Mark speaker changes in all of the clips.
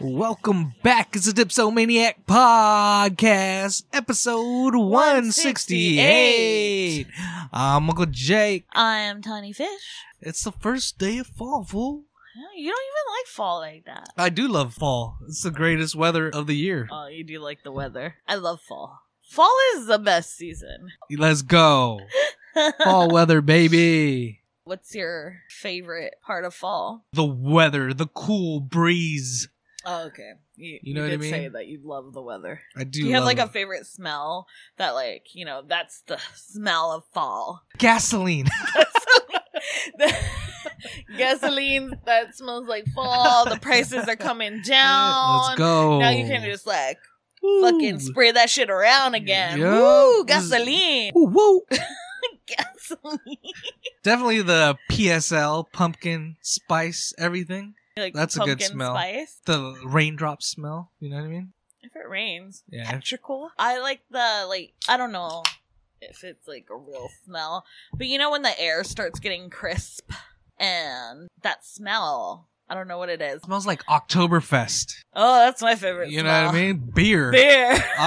Speaker 1: Welcome back. It's the Dipsomaniac Podcast, episode 168. I'm Uncle Jake.
Speaker 2: I'm Tiny Fish.
Speaker 1: It's the first day of fall, fool.
Speaker 2: Oh, You don't even like fall like that.
Speaker 1: I do love fall. It's the greatest weather of the year.
Speaker 2: Oh, you do like the weather. I love fall. Fall is the best season.
Speaker 1: Let's go. Fall weather, baby.
Speaker 2: What's your favorite part of fall?
Speaker 1: The weather, the cool breeze.
Speaker 2: Oh, okay. You,
Speaker 1: know what I
Speaker 2: did
Speaker 1: mean?
Speaker 2: say that you love the weather.
Speaker 1: I do,
Speaker 2: Do you have
Speaker 1: love
Speaker 2: like a
Speaker 1: it.
Speaker 2: favorite smell that like, you know, that's the smell of fall?
Speaker 1: gasoline.
Speaker 2: Gasoline that smells like fall. The prices are coming down.
Speaker 1: Let's go.
Speaker 2: Now you can just like
Speaker 1: Woo.
Speaker 2: fucking spray that shit around again.
Speaker 1: Yeah.
Speaker 2: Woo,
Speaker 1: This is-
Speaker 2: gasoline.
Speaker 1: Woo, woo.
Speaker 2: gasoline.
Speaker 1: Definitely the PSL, pumpkin, spice, everything.
Speaker 2: like
Speaker 1: That's a good
Speaker 2: pumpkin
Speaker 1: smell.
Speaker 2: Spice.
Speaker 1: The raindrop smell. You know what I mean?
Speaker 2: If it rains,
Speaker 1: Yeah.
Speaker 2: electrical. I like the like. I don't know if it's like a real smell, but you know when the air starts getting crisp and that smell. I don't know what it is.
Speaker 1: smells like Oktoberfest.
Speaker 2: Oh, that's my favorite.
Speaker 1: You know
Speaker 2: smell.
Speaker 1: what I mean? Beer.
Speaker 2: Beer,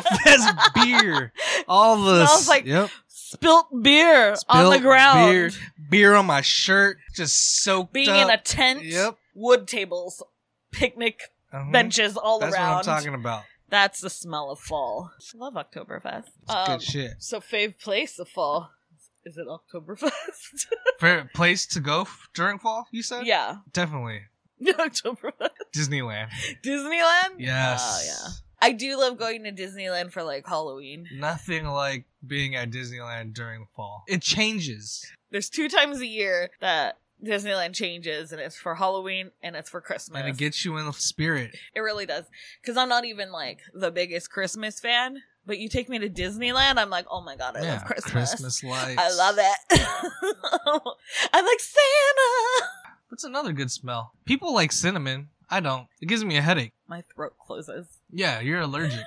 Speaker 1: Oktoberfest beer. All the
Speaker 2: Smells like
Speaker 1: yep.
Speaker 2: spilt beer on the
Speaker 1: Spilt
Speaker 2: ground.
Speaker 1: Beer, beer on my shirt, just soaked
Speaker 2: Being
Speaker 1: up.
Speaker 2: in a tent,
Speaker 1: Yep.
Speaker 2: wood tables, picnic
Speaker 1: Mhm.
Speaker 2: benches all
Speaker 1: That's
Speaker 2: around.
Speaker 1: what I'm talking about.
Speaker 2: That's the smell of fall. Love Oktoberfest. Um,
Speaker 1: It's good shit.
Speaker 2: So, fave place of fall. Is it Oktoberfest?
Speaker 1: Favorite place to go f- during fall? You said?
Speaker 2: yeah.
Speaker 1: Definitely
Speaker 2: Oktoberfest.
Speaker 1: Disneyland.
Speaker 2: Disneyland?
Speaker 1: Yes.
Speaker 2: Oh, yeah. I do love going to Disneyland for like Halloween.
Speaker 1: Nothing like being at Disneyland during the fall. It changes.
Speaker 2: There's two times a year that Disneyland changes, and it's for Halloween and it's for Christmas.
Speaker 1: And it gets you in the spirit.
Speaker 2: It really does. Because I'm not even like the biggest Christmas fan, but you take me to Disneyland, I'm like, oh my God, I love Christmas.
Speaker 1: Christmas lights.
Speaker 2: I love it. I like Santa.
Speaker 1: That's another good smell. People like cinnamon. I don't. It gives me a headache.
Speaker 2: My throat closes.
Speaker 1: Yeah, you're allergic.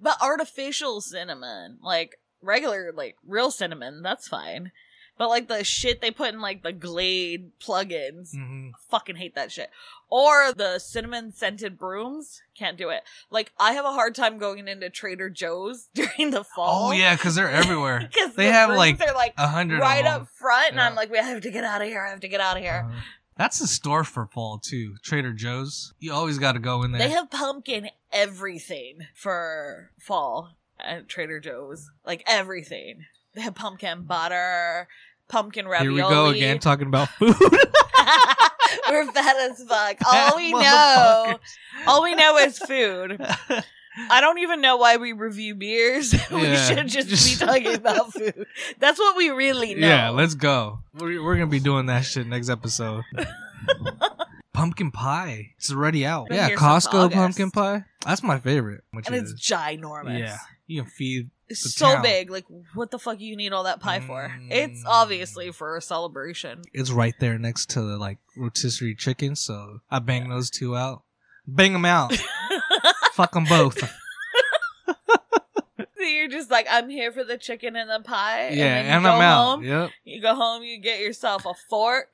Speaker 2: But artificial cinnamon, like regular, like real cinnamon, that's fine. But like the shit they put in like the Glade plugins,
Speaker 1: hmm
Speaker 2: fucking hate that shit. Or the cinnamon scented brooms, can't do it. Like I have a hard time going into Trader Joe's during the fall.
Speaker 1: Oh yeah, because they're everywhere.
Speaker 2: because
Speaker 1: They have, like,
Speaker 2: they're like
Speaker 1: A hundred.
Speaker 2: right
Speaker 1: of 'em.
Speaker 2: up front, and
Speaker 1: Yeah.
Speaker 2: I'm like, we have to get out of here. I have to get out of here.
Speaker 1: Uh-huh. That's the store for fall too. Trader Joe's. You always got to go in there.
Speaker 2: They have pumpkin everything for fall at Trader Joe's. Like everything. They have pumpkin butter, pumpkin
Speaker 1: Here
Speaker 2: ravioli.
Speaker 1: we go again talking about food.
Speaker 2: We're fat as fuck. All we know,
Speaker 1: Motherfuckers.
Speaker 2: all we know is food. I don't even know why we review beers. we
Speaker 1: Yeah,
Speaker 2: should just,
Speaker 1: just-
Speaker 2: be talking about food. That's what we really know.
Speaker 1: Yeah, let's go. We're, we're gonna be doing that shit next episode. pumpkin pie. It's already out.
Speaker 2: Been
Speaker 1: yeah,
Speaker 2: here since
Speaker 1: Costco
Speaker 2: August.
Speaker 1: pumpkin pie. That's my favorite. Which
Speaker 2: and
Speaker 1: is,
Speaker 2: it's ginormous.
Speaker 1: yeah, you can feed. the
Speaker 2: It's so
Speaker 1: town.
Speaker 2: big. Like, what the fuck you need all that pie for?
Speaker 1: Mm.
Speaker 2: It's obviously for a celebration.
Speaker 1: It's right there next to the like rotisserie chicken. So I bang those two out. Bang them out. Fuck them both.
Speaker 2: So you're just like, I'm here for the chicken and the pie.
Speaker 1: yeah,
Speaker 2: then you
Speaker 1: and
Speaker 2: go
Speaker 1: I'm out.
Speaker 2: Home,
Speaker 1: Yep.
Speaker 2: You go home, you get yourself a fork,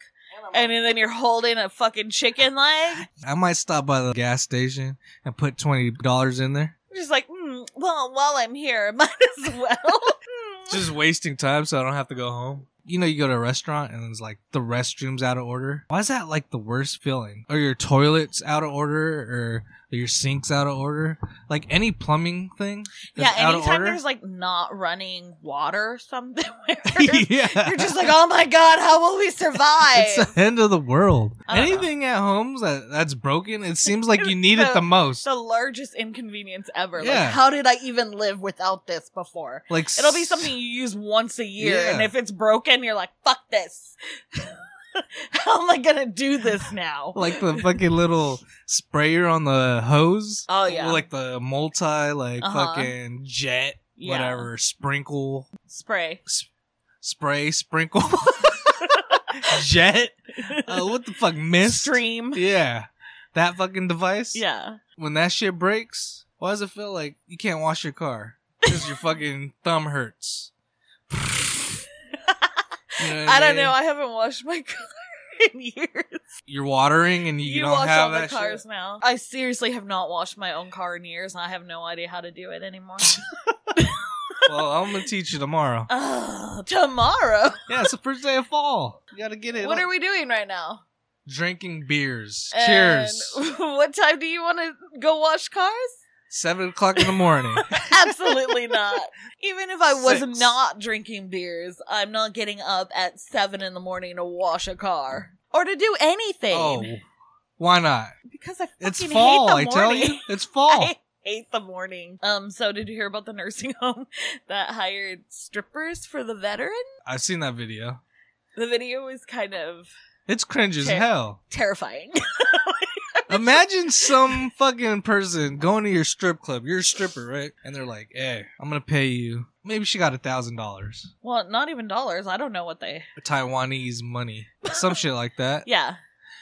Speaker 2: and then you're holding a fucking chicken leg.
Speaker 1: I might stop by the gas station and put twenty dollars in there.
Speaker 2: You're Just like, mm, well, while I'm here, might as well. Mm.
Speaker 1: just wasting time so I don't have to go home. You know, you go to a restaurant and it's like the restroom's out of order. Why is that like the worst feeling? Or your toilet's out of order or your sink's out of order? Like any plumbing thing?
Speaker 2: yeah,
Speaker 1: That's out of
Speaker 2: anytime
Speaker 1: order?
Speaker 2: there's like not running water somewhere,
Speaker 1: yeah.
Speaker 2: you're just like, oh my god, how will we survive?
Speaker 1: it's the end of the world.
Speaker 2: I don't know.
Speaker 1: Anything at home that, that's broken, it seems like you need it the most.
Speaker 2: It's the largest inconvenience ever.
Speaker 1: Yeah.
Speaker 2: Like, how did I even live without this before?
Speaker 1: Like
Speaker 2: It'll be something you use once a year,
Speaker 1: Yeah.
Speaker 2: and if it's broken, you're like, "Fuck this! How am I gonna do this now?"
Speaker 1: like the fucking little sprayer on the hose.
Speaker 2: Oh, yeah.
Speaker 1: like the multi like
Speaker 2: Uh-huh.
Speaker 1: fucking jet
Speaker 2: Yeah.
Speaker 1: whatever sprinkle
Speaker 2: Spray.
Speaker 1: spray sprinkle jet. Uh, what the fuck mist?
Speaker 2: Stream.
Speaker 1: Yeah, that fucking device.
Speaker 2: Yeah.
Speaker 1: When that shit breaks, why does it feel like you can't wash your car because your fucking thumb hurts? You what
Speaker 2: I don't
Speaker 1: mean?
Speaker 2: know. I haven't washed my car. in years.
Speaker 1: You're watering and you,
Speaker 2: You,
Speaker 1: don't
Speaker 2: wash
Speaker 1: have
Speaker 2: all
Speaker 1: that
Speaker 2: the cars
Speaker 1: shit.
Speaker 2: now. I seriously have not washed my own car in years, and I have no idea how to do it anymore.
Speaker 1: Well, I'm gonna teach you tomorrow.
Speaker 2: Ugh, tomorrow.
Speaker 1: Yeah, it's the first day of fall. You gotta get it.
Speaker 2: What
Speaker 1: up.
Speaker 2: are we doing right now?
Speaker 1: drinking beers? Cheers.
Speaker 2: And what time do you want to go wash cars?
Speaker 1: Seven o'clock in the morning.
Speaker 2: Absolutely not. Even if I was
Speaker 1: Six.
Speaker 2: not drinking beers, I'm not getting up at seven in the morning to wash a car or to do anything.
Speaker 1: oh, why not?
Speaker 2: because I fucking
Speaker 1: It's fall. I
Speaker 2: hate the
Speaker 1: tell
Speaker 2: morning.
Speaker 1: you, it's fall.
Speaker 2: I hate the morning. Um. So did you hear about the nursing home that hired strippers for the veteran?
Speaker 1: I've seen that video.
Speaker 2: The video was kind of
Speaker 1: It's cringe as
Speaker 2: Ter-
Speaker 1: hell.
Speaker 2: terrifying.
Speaker 1: Imagine some fucking person going to your strip club. You're a stripper, right? And they're like, "Hey, I'm gonna pay you." Maybe she got a thousand dollars,
Speaker 2: well, not even dollars. I don't know what they.
Speaker 1: Taiwanese money, some shit like that.
Speaker 2: Yeah.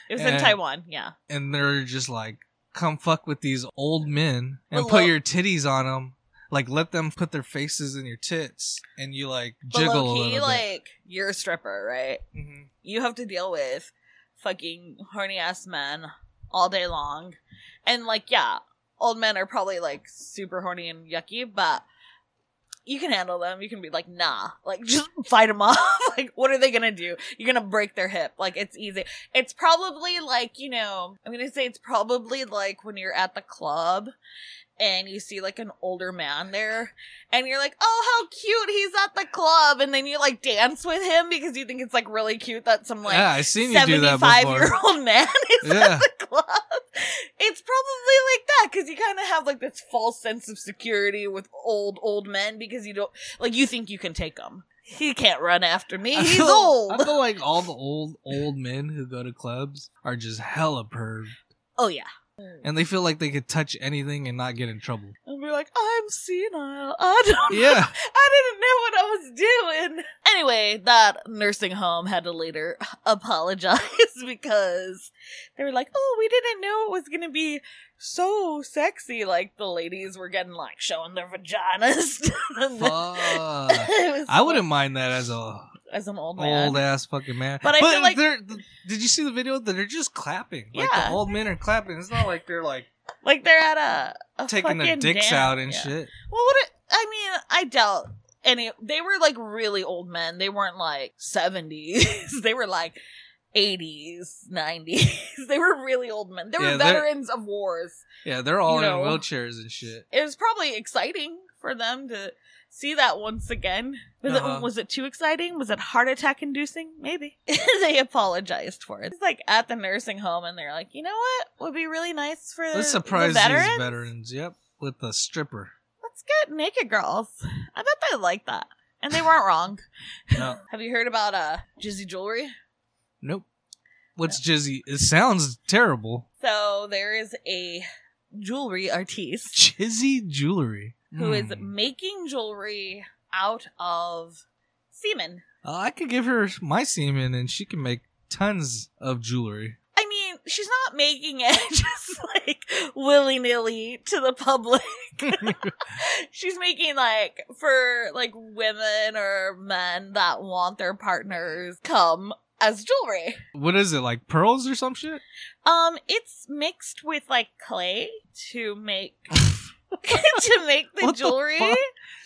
Speaker 2: It was in
Speaker 1: And-
Speaker 2: Taiwan. Yeah.
Speaker 1: And they're just like, "Come fuck with these old men and
Speaker 2: Below-
Speaker 1: put your titties on them." Like, let them put their faces in your tits, and you like
Speaker 2: But
Speaker 1: jiggle
Speaker 2: low
Speaker 1: a little
Speaker 2: key,
Speaker 1: bit.
Speaker 2: like you're a stripper, right?
Speaker 1: Mhm.
Speaker 2: you have to deal with fucking horny ass men all day long. And like, yeah, old men are probably like super horny and yucky, but you can handle them. You can be like, nah, like just fight them off. like, what are they gonna do? You're gonna break their hip. Like, it's easy. It's probably like, you know, I'm gonna say it's probably like when you're at the club and you see like an older man there and you're like, oh, how cute he's at the club. And then you like dance with him because you think it's like really cute that some like
Speaker 1: yeah, I seen you do that
Speaker 2: 75
Speaker 1: before.
Speaker 2: year old man is
Speaker 1: Yeah.
Speaker 2: at the club. It's probably like that because you kind of have like this false sense of security with old, old men because you don't, like, you think you can take them. He can't run after me.
Speaker 1: I
Speaker 2: He's
Speaker 1: feel-
Speaker 2: old.
Speaker 1: I feel like all the old old men who go to clubs are just hella perv,
Speaker 2: oh, yeah.
Speaker 1: and they feel like they could touch anything and not get in trouble.
Speaker 2: And be like, I'm senile. I don't know.
Speaker 1: Yeah,
Speaker 2: I didn't know what I was doing. Anyway, that nursing home had to later apologize because they were like, "Oh, we didn't know it was going to be so sexy." Like the ladies were getting like showing their vaginas. And then-
Speaker 1: fuck.
Speaker 2: it was
Speaker 1: I Oh. wouldn't mind that as a
Speaker 2: as an old Oh, man.
Speaker 1: old ass fucking man.
Speaker 2: But I feel like-
Speaker 1: they're, th- did you see the video? They're just clapping. Like
Speaker 2: Yeah.
Speaker 1: the old men are clapping. It's not like they're like
Speaker 2: like they're at a, a
Speaker 1: taking their
Speaker 2: fucking
Speaker 1: dicks
Speaker 2: dance-
Speaker 1: out and
Speaker 2: yeah.
Speaker 1: shit.
Speaker 2: Well, what? It, I mean, I doubt any. They were like really old men. They weren't like seventies. they were like eighties, nineties. They were really old men. They were
Speaker 1: Yeah, they're-
Speaker 2: veterans of wars.
Speaker 1: Yeah, they're all
Speaker 2: You know.
Speaker 1: in wheelchairs and shit.
Speaker 2: It was probably exciting for them to see that once again. Was,
Speaker 1: Uh-huh.
Speaker 2: it, was it too exciting? Was it heart attack inducing? Maybe they apologized for it. It's like at the nursing home, and they're like, you know what would be really nice for
Speaker 1: Let's
Speaker 2: the
Speaker 1: surprise
Speaker 2: veterans?
Speaker 1: these veterans. Yep, with a stripper.
Speaker 2: Let's get naked girls. I bet they like that. And they weren't wrong.
Speaker 1: No,
Speaker 2: Have you heard about uh Jizzy jewelry?
Speaker 1: nope. What's jizzy? It sounds terrible.
Speaker 2: So there is a jewelry artiste
Speaker 1: Chizzy Jewelry.
Speaker 2: who is
Speaker 1: Hmm.
Speaker 2: making jewelry out of semen.
Speaker 1: Uh, I could give her my semen, and she can make tons of jewelry.
Speaker 2: I mean, she's not making it just like willy nilly to the public. she's making like for like women or men that want their partners come as jewelry.
Speaker 1: What is it like pearls or some shit?
Speaker 2: Um, it's mixed with like clay to make to make the
Speaker 1: What the
Speaker 2: jewelry.
Speaker 1: fuck?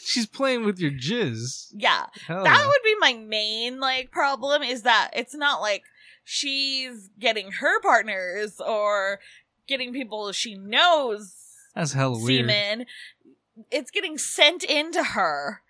Speaker 1: She's playing with your jizz.
Speaker 2: yeah,
Speaker 1: Hell
Speaker 2: that
Speaker 1: yeah.
Speaker 2: would be my main like problem is that it's not like she's getting her partners or getting people she knows
Speaker 1: That's hella Oh, weird.
Speaker 2: semen. It's getting sent into her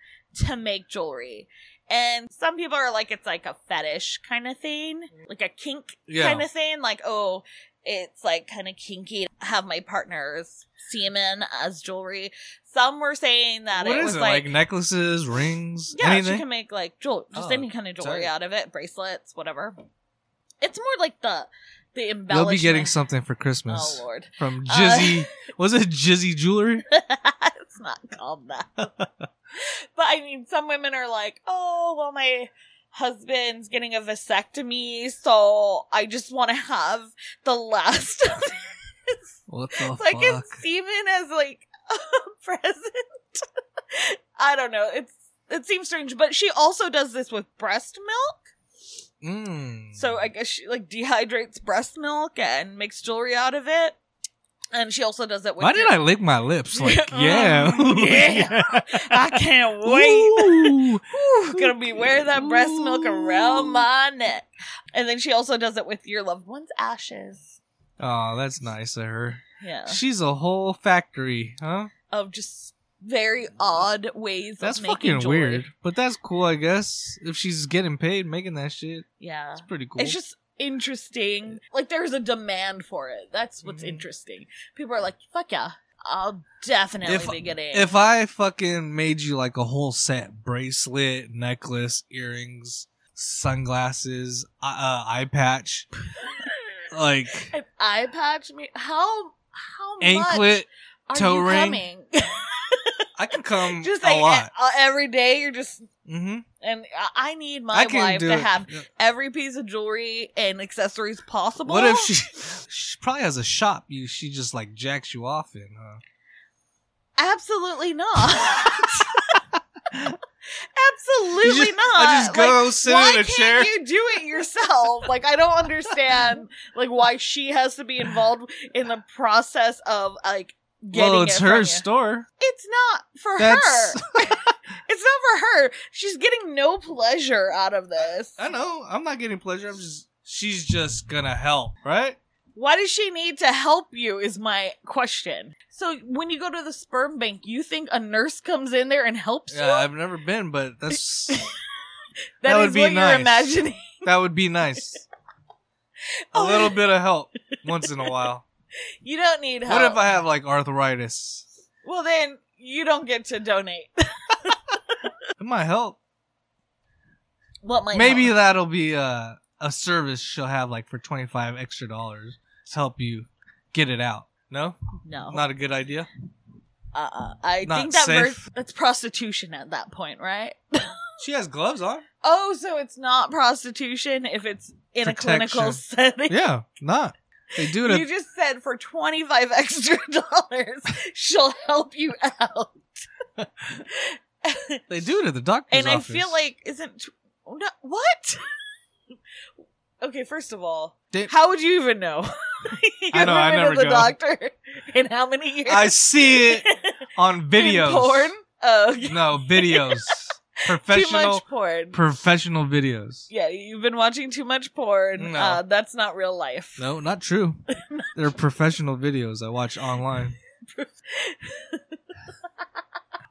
Speaker 2: to make jewelry. And some people are like, it's like a fetish kind of thing, like a kink
Speaker 1: Yeah,
Speaker 2: kind of thing. Like, oh, it's like kind of kinky to have my partner's semen as jewelry. Some were saying that
Speaker 1: What
Speaker 2: it
Speaker 1: is
Speaker 2: was
Speaker 1: it
Speaker 2: like,
Speaker 1: like, necklaces, rings,
Speaker 2: yeah,
Speaker 1: anything?
Speaker 2: she can make like jewel, just
Speaker 1: Oh,
Speaker 2: any kind of jewelry
Speaker 1: tight.
Speaker 2: out of it, bracelets, whatever. It's more like the the
Speaker 1: We'll
Speaker 2: embellishment.
Speaker 1: be getting something for
Speaker 2: Oh
Speaker 1: Christmas
Speaker 2: lord,
Speaker 1: from
Speaker 2: Uh,
Speaker 1: Jizzy. was it Jizzy Jewelry?
Speaker 2: it's not called that. but I mean, some women are like, oh, well, my husband's getting a vasectomy, so I just want to have the last of his
Speaker 1: What the
Speaker 2: like
Speaker 1: fuck?
Speaker 2: it's semen as like a present. I don't know. It's it seems strange, but she also does this with breast milk.
Speaker 1: Mm.
Speaker 2: So I guess she like dehydrates breast milk and makes jewelry out of it. And she also does it with
Speaker 1: why did I
Speaker 2: your-
Speaker 1: lick my lips? Like,
Speaker 2: Yeah.
Speaker 1: yeah,
Speaker 2: Oh, Yeah. I can't wait.
Speaker 1: Wait.
Speaker 2: Ooh, gonna be wearing that breast milk around my neck. And then she also does it with your loved one's ashes.
Speaker 1: Oh, that's nice of her.
Speaker 2: Yeah.
Speaker 1: She's a whole factory, huh?
Speaker 2: Of just very odd ways
Speaker 1: That's
Speaker 2: of making
Speaker 1: fucking
Speaker 2: jewelry.
Speaker 1: weird, but that's cool, I guess. If she's getting paid making that shit,
Speaker 2: Yeah.
Speaker 1: it's pretty cool.
Speaker 2: It's just interesting. Like there's a demand for it. That's what's
Speaker 1: Mhm.
Speaker 2: interesting. People are like, fuck yeah. I'll definitely
Speaker 1: If-
Speaker 2: be getting
Speaker 1: if I fucking made you like a whole set bracelet, necklace, earrings, sunglasses, uh, uh, eye patch, like
Speaker 2: an eye patch me how how
Speaker 1: anklet,
Speaker 2: much
Speaker 1: toe
Speaker 2: are you
Speaker 1: ring.
Speaker 2: coming?
Speaker 1: I can come
Speaker 2: just
Speaker 1: a
Speaker 2: like
Speaker 1: lot.
Speaker 2: e- every day you're just
Speaker 1: Mm-hmm.
Speaker 2: and I I need my
Speaker 1: I can
Speaker 2: wife
Speaker 1: do
Speaker 2: to
Speaker 1: it.
Speaker 2: have
Speaker 1: Yeah.
Speaker 2: every piece of jewelry and accessories possible.
Speaker 1: What if she, she probably has a shop? You she just like jacks you off in, huh?
Speaker 2: Absolutely not. Absolutely
Speaker 1: You just-
Speaker 2: not.
Speaker 1: I just
Speaker 2: Like,
Speaker 1: go sit
Speaker 2: why
Speaker 1: in a
Speaker 2: can't
Speaker 1: chair.
Speaker 2: you do it yourself? Like I don't understand like why she has to be involved in the process of like getting
Speaker 1: well, it's
Speaker 2: it
Speaker 1: her
Speaker 2: from you.
Speaker 1: store.
Speaker 2: It's not for
Speaker 1: That's-
Speaker 2: her. it's not for her. She's getting no pleasure out of this.
Speaker 1: I know. I'm not getting pleasure. I'm just. She's just gonna help, right?
Speaker 2: Why does she need to help you? Is my question. So when you go to the sperm bank, you think a nurse comes in there and helps
Speaker 1: Yeah,
Speaker 2: you?
Speaker 1: I've never been, but that's that
Speaker 2: that
Speaker 1: would
Speaker 2: is
Speaker 1: be
Speaker 2: what
Speaker 1: nice.
Speaker 2: you're imagining.
Speaker 1: that would be nice. A
Speaker 2: Oh.
Speaker 1: little bit of help once in a while.
Speaker 2: You don't need help.
Speaker 1: What if I have like arthritis?
Speaker 2: Well, then you don't get to donate.
Speaker 1: It might help.
Speaker 2: What might
Speaker 1: Maybe
Speaker 2: help?
Speaker 1: that'll be a a service she'll have like for twenty five extra dollars to help you get it out. No,
Speaker 2: no.
Speaker 1: not a good idea.
Speaker 2: uh, uh I
Speaker 1: not
Speaker 2: think that ver-
Speaker 1: safe.
Speaker 2: that's prostitution at that point, right?
Speaker 1: She has gloves on.
Speaker 2: Oh, so it's not prostitution if it's in a clinical
Speaker 1: Protection.
Speaker 2: setting.
Speaker 1: Yeah, not. They do it.
Speaker 2: You
Speaker 1: At,
Speaker 2: just said for twenty five extra dollars, she'll help you out.
Speaker 1: they do it at the doctor's
Speaker 2: and I
Speaker 1: office.
Speaker 2: feel like isn't tw- oh, no, what? okay, first of all,
Speaker 1: Did-
Speaker 2: how would you even know? you
Speaker 1: I know, I
Speaker 2: been
Speaker 1: never
Speaker 2: to the
Speaker 1: go.
Speaker 2: doctor in how many years?
Speaker 1: I see it on videos.
Speaker 2: In porn. Oh, okay.
Speaker 1: No videos.
Speaker 2: too
Speaker 1: professional,
Speaker 2: much porn.
Speaker 1: professional videos.
Speaker 2: yeah, you've been watching too much porn.
Speaker 1: No.
Speaker 2: Uh, that's not real life.
Speaker 1: No, not true. They're professional videos I watch online.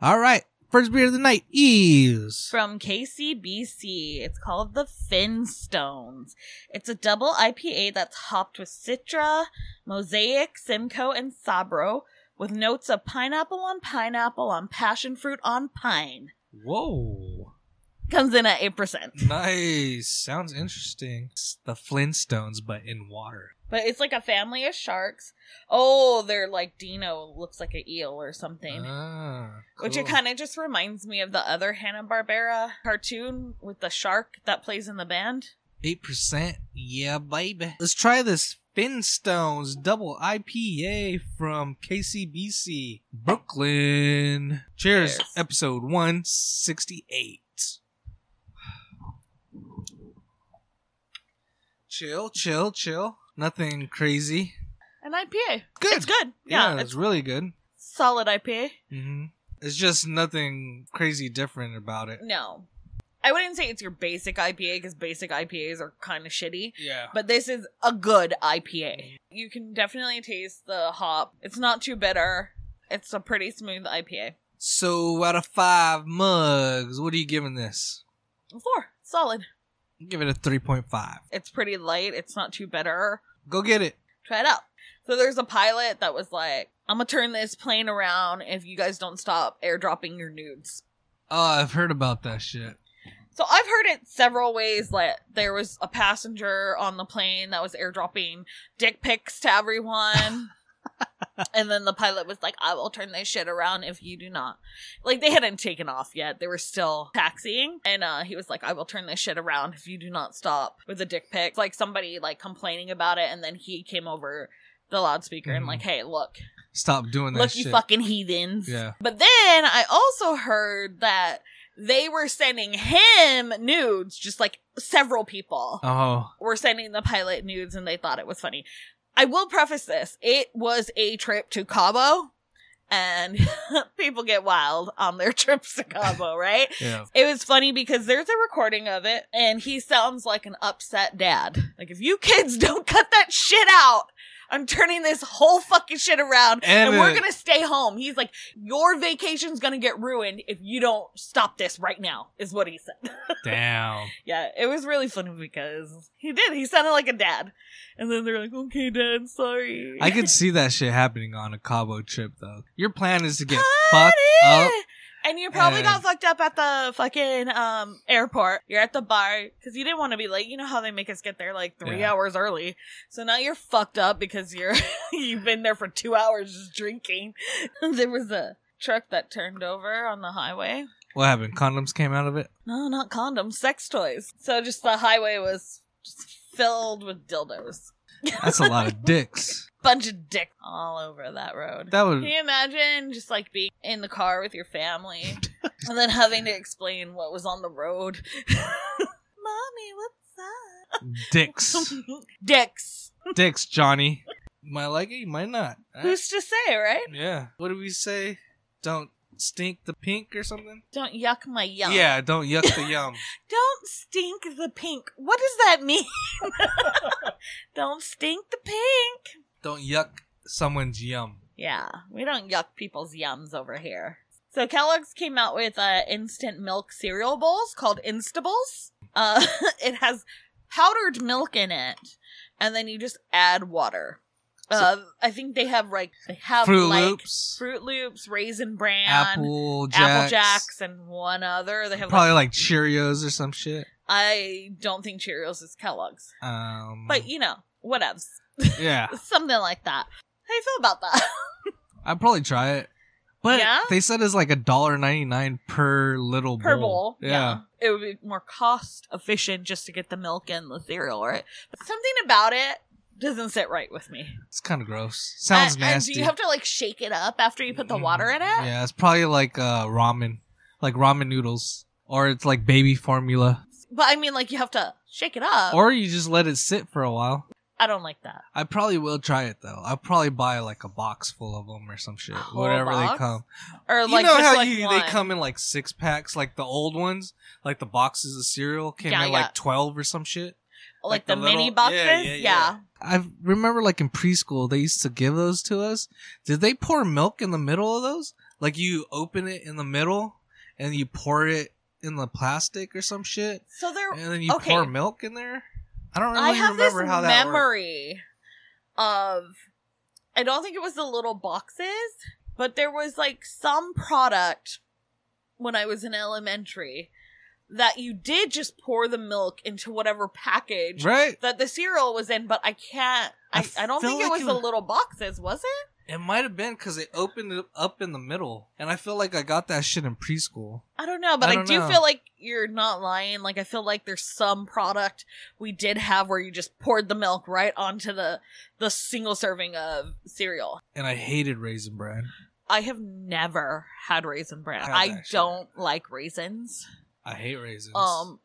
Speaker 1: All right. First beer of the night is.
Speaker 2: From KCBC. It's called the Finstones. It's a double IPA that's hopped with Citra, Mosaic, Simcoe, and Sabro, with notes of pineapple on pineapple on passion fruit on pine.
Speaker 1: Whoa.
Speaker 2: Comes in at 8%.
Speaker 1: Nice. Sounds interesting. It's the Flintstones, but in water.
Speaker 2: But it's like a family of sharks. Oh, they're like Dino looks like an eel or something.
Speaker 1: Ah,
Speaker 2: Which it
Speaker 1: cool.
Speaker 2: kind of just reminds me of the other Hanna Barbera cartoon with the shark that plays in the band.
Speaker 1: Eight percent, yeah, baby. Let's try this Finstones Double IPA from KCBC Brooklyn. Cheers,
Speaker 2: Cheers.
Speaker 1: episode one sixty-eight. Chill, chill, chill. Nothing crazy.
Speaker 2: An IPA.
Speaker 1: Good.
Speaker 2: It's good. Yeah,
Speaker 1: it's,
Speaker 2: it's
Speaker 1: really good.
Speaker 2: solid IPA.
Speaker 1: hmm It's just nothing crazy different about it.
Speaker 2: No. I wouldn't say it's your basic IPA because basic IPAs are kind of shitty,
Speaker 1: Yeah.
Speaker 2: but this is a good IPA. You can definitely taste the hop. It's not too bitter. It's a pretty smooth IPA.
Speaker 1: So out of five mugs, what are you giving this?
Speaker 2: Four. Solid.
Speaker 1: Give it a 3.5.
Speaker 2: It's pretty light. It's not too bitter.
Speaker 1: Go get it.
Speaker 2: try it out. So there's a pilot that was like, I'm gonna turn this plane around if you guys don't stop airdropping your nudes.
Speaker 1: Oh, I've heard about that shit.
Speaker 2: So I've heard it several ways. Like there was a passenger on the plane that was airdropping dick pics to everyone. and then the pilot was like, I will turn this shit around if you do not. Like they hadn't taken off yet. They were still taxiing. And uh he was like, I will turn this shit around if you do not stop with a dick pic. Like somebody like complaining about it, and then he came over the loudspeaker and
Speaker 1: Mhm.
Speaker 2: like, hey, look,
Speaker 1: Stop doing that
Speaker 2: look,
Speaker 1: shit.
Speaker 2: you fucking heathens.
Speaker 1: Yeah.
Speaker 2: But then I also heard that They were sending him nudes, just like several people
Speaker 1: Oh,
Speaker 2: were sending the pilot nudes and they thought it was funny. I will preface this. It was a trip to Cabo and people get wild on their trips to Cabo, right?
Speaker 1: yeah.
Speaker 2: It was funny because there's a recording of it and he sounds like an upset dad. Like, if you kids don't cut that shit out, I'm turning this whole fucking shit around and,
Speaker 1: And,
Speaker 2: we're
Speaker 1: uh,
Speaker 2: gonna stay home. He's like, your vacation's gonna get ruined if you don't stop this right now, is what he said.
Speaker 1: Damn.
Speaker 2: Yeah, it was really funny because he did. He sounded like a dad. And then they're like, okay, dad, sorry.
Speaker 1: I could see that shit happening on a Cabo trip though. Your plan is to get
Speaker 2: Got
Speaker 1: fucked
Speaker 2: it.
Speaker 1: up.
Speaker 2: And you probably got
Speaker 1: and-
Speaker 2: fucked up at the fucking um airport. You're at the bar because you didn't want to be late. You know how they make us get there like three
Speaker 1: Yeah.
Speaker 2: hours early. So now you're fucked up because you're you've been there for two hours just drinking. there was a truck that turned over on the highway.
Speaker 1: What happened? Condoms came out of it.
Speaker 2: No, not condoms, sex toys. So just the highway was just filled with dildos.
Speaker 1: That's a lot of dicks.
Speaker 2: bunch of dick all over that road.
Speaker 1: That
Speaker 2: Can
Speaker 1: would.
Speaker 2: you imagine just like being in the car with your family and then having to explain what was on the road? Mommy, what's
Speaker 1: Dicks.
Speaker 2: up? Dicks.
Speaker 1: Dicks, Johnny. Might like it, you might not.
Speaker 2: Who's to say, right?
Speaker 1: Yeah. What do we say? Don't stink the pink or something?
Speaker 2: Don't yuck my yum.
Speaker 1: Yeah, don't yuck the yum.
Speaker 2: Don't stink the pink. What does that mean? don't stink the pink.
Speaker 1: don't yuck someone's yum.
Speaker 2: Yeah, we don't yuck people's yums over here. So Kellogg's came out with uh, instant milk cereal bowls called Instables. Uh, it has powdered milk in it, and then you just add water. Uh, I think they have like they have
Speaker 1: Fruit
Speaker 2: like
Speaker 1: Loops,
Speaker 2: Fruit Loops, Raisin Bran,
Speaker 1: Apple Jacks,
Speaker 2: Apple Jacks, and one other. They have. Like,
Speaker 1: probably like Cheerios or some shit.
Speaker 2: I don't think Cheerios is Kellogg's,
Speaker 1: Um,
Speaker 2: but you know, whatevs,
Speaker 1: yeah,
Speaker 2: something like that. How you feel about that?
Speaker 1: I'd probably try it. But
Speaker 2: Yeah?
Speaker 1: they said it's like a dollar ninety nine per little
Speaker 2: per bowl.
Speaker 1: bowl.
Speaker 2: Yeah. It would be more cost efficient just to get the milk and the cereal, right? But something about it doesn't sit right with me.
Speaker 1: it's kind of gross. Sounds
Speaker 2: And- and
Speaker 1: nasty.
Speaker 2: do you have to like shake it up after you put the
Speaker 1: Mm,
Speaker 2: water in it?
Speaker 1: Yeah, it's probably like uh, ramen, like ramen noodles, or it's like baby formula,
Speaker 2: But I mean, like you have to shake it up.
Speaker 1: or you just let it sit for a while.
Speaker 2: I don't like that.
Speaker 1: I probably will try it though. I'll probably buy like a box full of them or some shit,
Speaker 2: A whole
Speaker 1: whatever
Speaker 2: box?
Speaker 1: they come.
Speaker 2: Or like
Speaker 1: you know
Speaker 2: just
Speaker 1: how
Speaker 2: like
Speaker 1: you,
Speaker 2: one.
Speaker 1: they come in like six packs, like the old ones, like the boxes of cereal came
Speaker 2: Yeah,
Speaker 1: in
Speaker 2: yeah.
Speaker 1: like twelve or some shit.
Speaker 2: like,
Speaker 1: like
Speaker 2: the,
Speaker 1: the
Speaker 2: mini
Speaker 1: little-
Speaker 2: boxes. Yeah,
Speaker 1: yeah, yeah, yeah. I remember like in preschool they used to give those to us. Did they pour milk in the middle of those? Like you open it in the middle and you pour it in the plastic or some shit,
Speaker 2: So there,
Speaker 1: and then you
Speaker 2: Okay.
Speaker 1: pour milk in there. I don't really
Speaker 2: I have this
Speaker 1: remember how that worked.
Speaker 2: memory of I don't think it was the little boxes, but there was like some product when I was in elementary that you did just pour the milk into whatever package
Speaker 1: Right?
Speaker 2: that the cereal was in, but I can't
Speaker 1: I
Speaker 2: I, I, don't
Speaker 1: feel
Speaker 2: think it
Speaker 1: like
Speaker 2: was
Speaker 1: it
Speaker 2: the
Speaker 1: was-
Speaker 2: little boxes, was it?
Speaker 1: It might have been because they opened it up in the middle, and I feel like I got that shit in preschool.
Speaker 2: I don't know, but
Speaker 1: I
Speaker 2: I,
Speaker 1: don't
Speaker 2: do
Speaker 1: know.
Speaker 2: feel like you're not lying. Like I feel like there's some product we did have where you just poured the milk right onto the the single serving of cereal.
Speaker 1: and I hated raisin bran.
Speaker 2: I have never had raisin bran.
Speaker 1: I have
Speaker 2: I
Speaker 1: that shit.
Speaker 2: don't like raisins.
Speaker 1: I hate raisins.
Speaker 2: Um,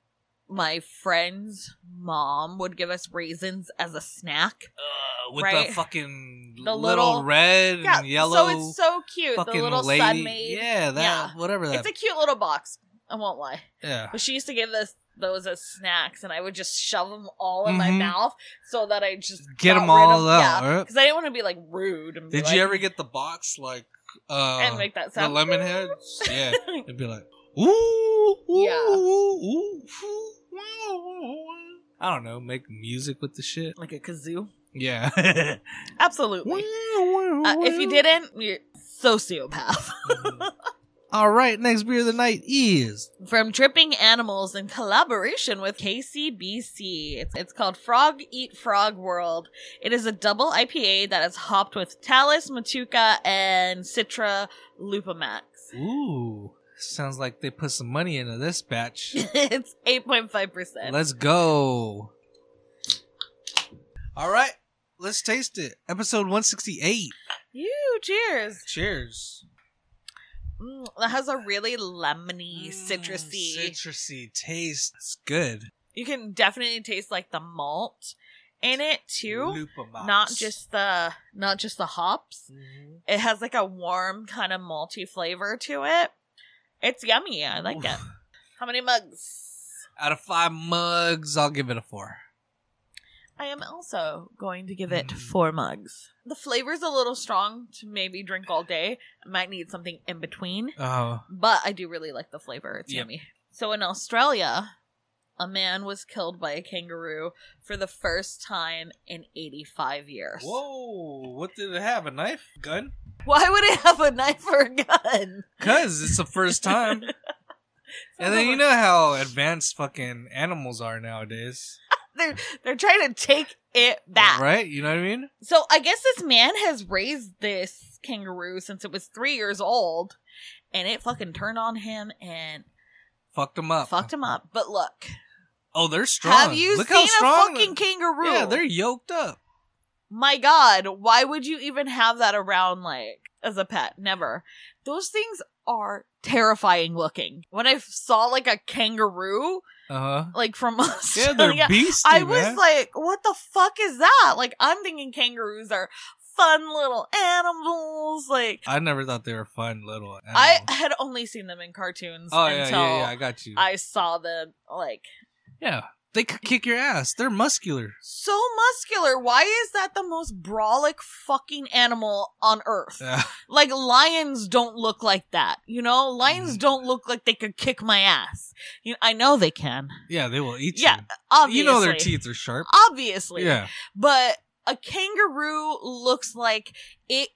Speaker 2: my friend's mom would give us raisins as a snack.
Speaker 1: Ugh, uh, with
Speaker 2: right?
Speaker 1: the fucking
Speaker 2: The
Speaker 1: little,
Speaker 2: little-
Speaker 1: red
Speaker 2: Yeah,
Speaker 1: and Mm, yellow
Speaker 2: So it's so cute. The
Speaker 1: fucking
Speaker 2: little
Speaker 1: lady.
Speaker 2: sun made.
Speaker 1: Yeah, that
Speaker 2: Yeah.
Speaker 1: whatever that.
Speaker 2: It's a cute little box. I won't lie.
Speaker 1: yeah,
Speaker 2: But she used to give us those as snacks, and I would just shove them all in my
Speaker 1: Mhm.
Speaker 2: mouth so that I just
Speaker 1: Get
Speaker 2: got rid
Speaker 1: 'em
Speaker 2: of-
Speaker 1: all out,
Speaker 2: Yeah,
Speaker 1: right?
Speaker 2: because I didn't want to be like rude. And be
Speaker 1: Did
Speaker 2: like-
Speaker 1: you ever get the box like uh
Speaker 2: and make that
Speaker 1: the
Speaker 2: sound?
Speaker 1: lemon heads? Yeah, it'd be like ooh, ooh,
Speaker 2: Yeah.
Speaker 1: ooh, ooh, ooh, ooh. I don't know, make music with the shit.
Speaker 2: like a kazoo.
Speaker 1: Yeah.
Speaker 2: Absolutely. Uh, if you didn't, you're sociopath.
Speaker 1: All right, next beer of the night is
Speaker 2: From Tripping Animals in collaboration with KCBC. It's, it's called Frog Eat Frog World. It is a double IPA that is hopped with Talus, Matuka, and Citra Lupamax.
Speaker 1: ooh. Sounds like they put some money into this batch.
Speaker 2: it's 8.5%.
Speaker 1: Let's go. All right, let's taste it. Episode 168.
Speaker 2: You cheers.
Speaker 1: Cheers.
Speaker 2: Mm, that has a really
Speaker 1: Mm,
Speaker 2: lemony, Mm, citrusy.
Speaker 1: citrusy taste. It's good.
Speaker 2: you can definitely taste like the malt in it too.
Speaker 1: Lupa
Speaker 2: Not
Speaker 1: mops.
Speaker 2: just the not just the hops.
Speaker 1: Mhm.
Speaker 2: It has like a warm kind of malty flavor to it. It's yummy. I like it. How many mugs?
Speaker 1: Out of five mugs, I'll give it a four.
Speaker 2: I am also going to give it
Speaker 1: Mm.
Speaker 2: four mugs. The flavor's a little strong to maybe drink all day. I might need something in between,
Speaker 1: Oh,
Speaker 2: but I do really like the flavor. It's
Speaker 1: Yep.
Speaker 2: yummy. So in Australia, a man was killed by a kangaroo for the first time in 85 years.
Speaker 1: whoa! What did it have? A knife, gun?
Speaker 2: Why would it have a knife or a gun?
Speaker 1: Cause it's the first time. and then you know how advanced fucking animals are nowadays,
Speaker 2: they're they're trying to take it back.
Speaker 1: right? You know what I mean?
Speaker 2: So I guess this man has raised this kangaroo since it was three years old, and it fucking turned on him and
Speaker 1: Fucked them up.
Speaker 2: fucked him up. But look,
Speaker 1: Oh, they're strong.
Speaker 2: have you
Speaker 1: Look
Speaker 2: seen
Speaker 1: how strong
Speaker 2: a fucking kangaroo?
Speaker 1: Yeah, they're yoked up.
Speaker 2: My God, why would you even have that around like as a pet? Never. Those things are terrifying looking. When I saw like a kangaroo,
Speaker 1: Uh huh.
Speaker 2: like from
Speaker 1: Yeah, they're
Speaker 2: Australia,
Speaker 1: beastie,
Speaker 2: I was
Speaker 1: man.
Speaker 2: like, what the fuck is that? Like, I'm thinking kangaroos are fun little animals. Like,
Speaker 1: I never thought they were fun little.
Speaker 2: I
Speaker 1: animals.
Speaker 2: had only seen them in cartoons
Speaker 1: Oh yeah,
Speaker 2: until
Speaker 1: yeah, yeah. I got you.
Speaker 2: I saw them, like,
Speaker 1: yeah, they could kick your ass. They're muscular.
Speaker 2: so muscular. Why is that the most brolic fucking animal on earth?
Speaker 1: Yeah.
Speaker 2: Like, lions don't look like that. You know, lions
Speaker 1: Mm-hmm.
Speaker 2: don't look like they could kick my ass. You I know they can.
Speaker 1: yeah, they will eat
Speaker 2: Yeah,
Speaker 1: you.
Speaker 2: Obviously.
Speaker 1: You know their teeth are sharp.
Speaker 2: Obviously.
Speaker 1: Yeah,
Speaker 2: but a kangaroo looks like it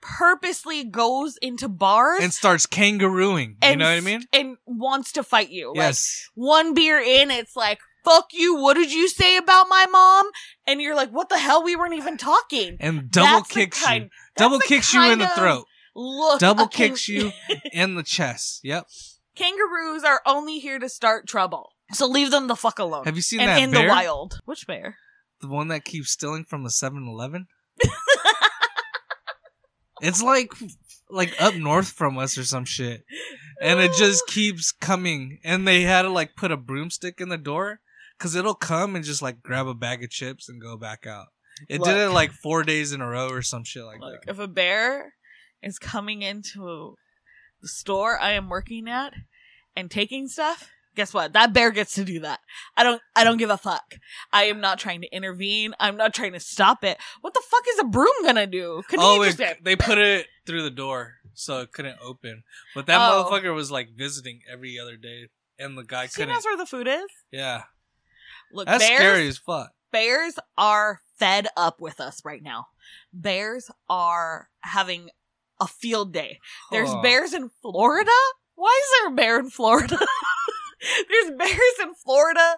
Speaker 2: purposely goes into bars
Speaker 1: and starts kangarooing. You
Speaker 2: and
Speaker 1: know what I mean?
Speaker 2: and wants to fight you. Like
Speaker 1: Yes.
Speaker 2: one beer in, it's like, fuck you, what did you say about my mom? And you're like, what the hell? We weren't even talking.
Speaker 1: And double
Speaker 2: That's the
Speaker 1: kicks
Speaker 2: kind-
Speaker 1: you.
Speaker 2: that's
Speaker 1: Double
Speaker 2: the
Speaker 1: kicks you in
Speaker 2: kind
Speaker 1: the
Speaker 2: of
Speaker 1: throat.
Speaker 2: Look,
Speaker 1: Double
Speaker 2: a kang-
Speaker 1: kicks you in the chest. Yep.
Speaker 2: Kangaroos are only here to start trouble. So leave them the fuck alone.
Speaker 1: Have you seen
Speaker 2: and
Speaker 1: that
Speaker 2: in
Speaker 1: bear?
Speaker 2: the wild. Which bear?
Speaker 1: The one that keeps stealing from the 7-Eleven? it's like like up north from us or some shit. And it just keeps coming. And they had to like put a broomstick in the door cuz it'll come and just like grab a bag of chips and go back out. It did
Speaker 2: Look.
Speaker 1: it like 4 days in a row or some shit like
Speaker 2: Look,
Speaker 1: that.
Speaker 2: if a bear is coming into the store I am working at and taking stuff, guess what? That bear gets to do that. I don't I don't give a fuck. I am not trying to intervene. I'm not trying to stop it. What the fuck is a broom gonna do? Couldn't
Speaker 1: Oh,
Speaker 2: he
Speaker 1: it,
Speaker 2: just get-
Speaker 1: they put it through the door so it couldn't open. But that
Speaker 2: Oh.
Speaker 1: motherfucker was like visiting every other day and the guy
Speaker 2: See,
Speaker 1: couldn't.
Speaker 2: that's where the food is.
Speaker 1: Yeah.
Speaker 2: Look,
Speaker 1: That's
Speaker 2: bears
Speaker 1: scary as fuck.
Speaker 2: bears are fed up with us right now. Bears are having a field day. There's
Speaker 1: Huh.
Speaker 2: bears in Florida? Why is there a bear in Florida? There's bears in Florida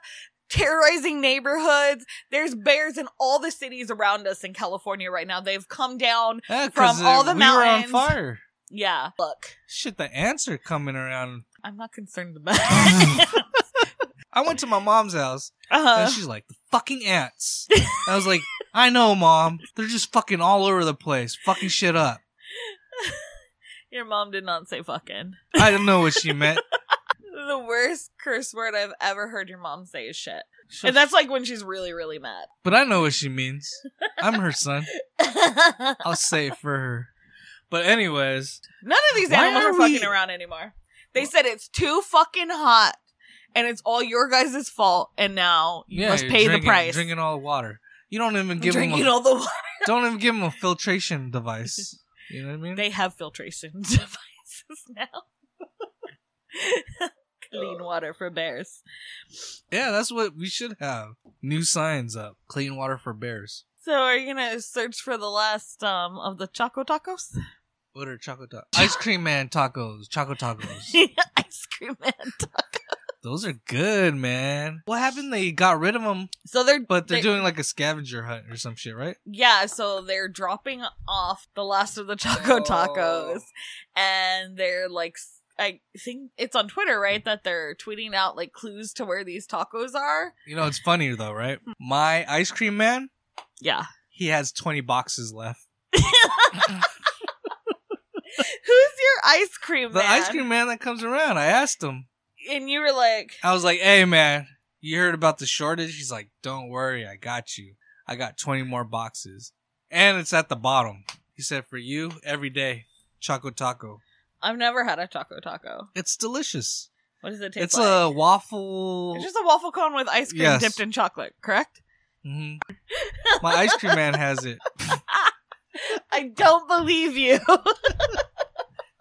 Speaker 2: terrorizing neighborhoods. There's bears in all the cities around us in California right now. They've come down.
Speaker 1: Yeah, 'cause, uh,
Speaker 2: from all the
Speaker 1: we
Speaker 2: mountains.
Speaker 1: were on fire.
Speaker 2: Yeah. Look,
Speaker 1: Shit, the ants are coming around.
Speaker 2: I'm not concerned about it.
Speaker 1: I went to my mom's house and
Speaker 2: uh,
Speaker 1: she's like, the fucking ants. I was like, I know, mom. They're just fucking all over the place, fucking shit up.
Speaker 2: your mom did not say fucking.
Speaker 1: I don't know what she meant.
Speaker 2: The worst curse word I've ever heard your mom say is shit.
Speaker 1: She'll-
Speaker 2: And that's like when she's really, really mad.
Speaker 1: but I know what she means. I'm her son. I'll say it for her. But, anyways,
Speaker 2: None of these
Speaker 1: Why
Speaker 2: animals
Speaker 1: are
Speaker 2: are, fucking
Speaker 1: we-
Speaker 2: around anymore. They said it's too fucking hot and it's all your guys' fault and now you
Speaker 1: yeah,
Speaker 2: must
Speaker 1: you're
Speaker 2: pay
Speaker 1: drinking,
Speaker 2: the price.
Speaker 1: Drinking all the water. You don't even give them
Speaker 2: Drinking
Speaker 1: a,
Speaker 2: all the water.
Speaker 1: don't even give them a filtration device. You know what I mean?
Speaker 2: They have filtration devices now. Clean water for bears.
Speaker 1: yeah, that's what we should have. New signs up. Clean water for bears.
Speaker 2: So are you gonna search for the last um of the Choco Tacos?
Speaker 1: What are choco tacos? Ice cream man tacos, choco tacos.
Speaker 2: Ice cream man.
Speaker 1: Those are good, man. What happened? They got rid of them,
Speaker 2: So they're
Speaker 1: but they're
Speaker 2: They-
Speaker 1: doing like a scavenger hunt or some shit, right?
Speaker 2: Yeah, so they're dropping off the last of the Choco
Speaker 1: Oh.
Speaker 2: Tacos, and they're like, s- I think it's on Twitter, right? That they're tweeting out like clues to where these tacos are.
Speaker 1: You know, it's funnier though, right?
Speaker 2: Hmm.
Speaker 1: My ice cream man,
Speaker 2: Yeah,
Speaker 1: he has 20 boxes left.
Speaker 2: who's your ice cream
Speaker 1: The
Speaker 2: man.
Speaker 1: ice cream man that comes around, I asked him.
Speaker 2: And you were like,
Speaker 1: I was like, "Hey, man, you heard about the shortage?" He's like, "Don't worry, I got you. I got 20 more boxes, and it's at the bottom." He said, "For you, every day, choco taco.
Speaker 2: I've never had a Choco Taco.
Speaker 1: It's delicious.
Speaker 2: What does it taste
Speaker 1: It's,
Speaker 2: like?
Speaker 1: a waffle.
Speaker 2: It's just a waffle cone with ice cream
Speaker 1: Yes.
Speaker 2: dipped in chocolate, correct?
Speaker 1: Mhm. My ice cream man has it.
Speaker 2: I don't believe you.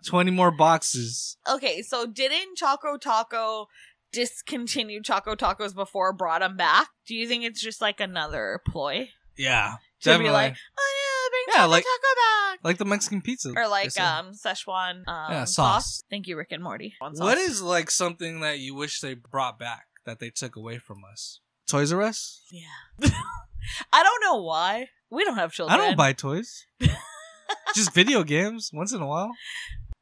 Speaker 1: 20 more boxes.
Speaker 2: okay, so didn't Choco Taco discontinue Choco Tacos before brought them back? Do you think it's just like another ploy
Speaker 1: Yeah,
Speaker 2: to
Speaker 1: definitely.
Speaker 2: be like,
Speaker 1: like,
Speaker 2: oh yeah, bring
Speaker 1: Yeah,
Speaker 2: Choco
Speaker 1: like-
Speaker 2: Taco
Speaker 1: the Mexican pizza,
Speaker 2: back, or
Speaker 1: they
Speaker 2: like
Speaker 1: say.
Speaker 2: um Szechuan um,
Speaker 1: Yeah,
Speaker 2: sauce.
Speaker 1: sauce.
Speaker 2: Thank you, Rick and Morty. On sauce.
Speaker 1: What is like something that you wish they brought back that they took away from us? Toys R Us.
Speaker 2: Yeah, I don't know why we don't have
Speaker 1: I
Speaker 2: children.
Speaker 1: don't buy toys. Just video games once in a while.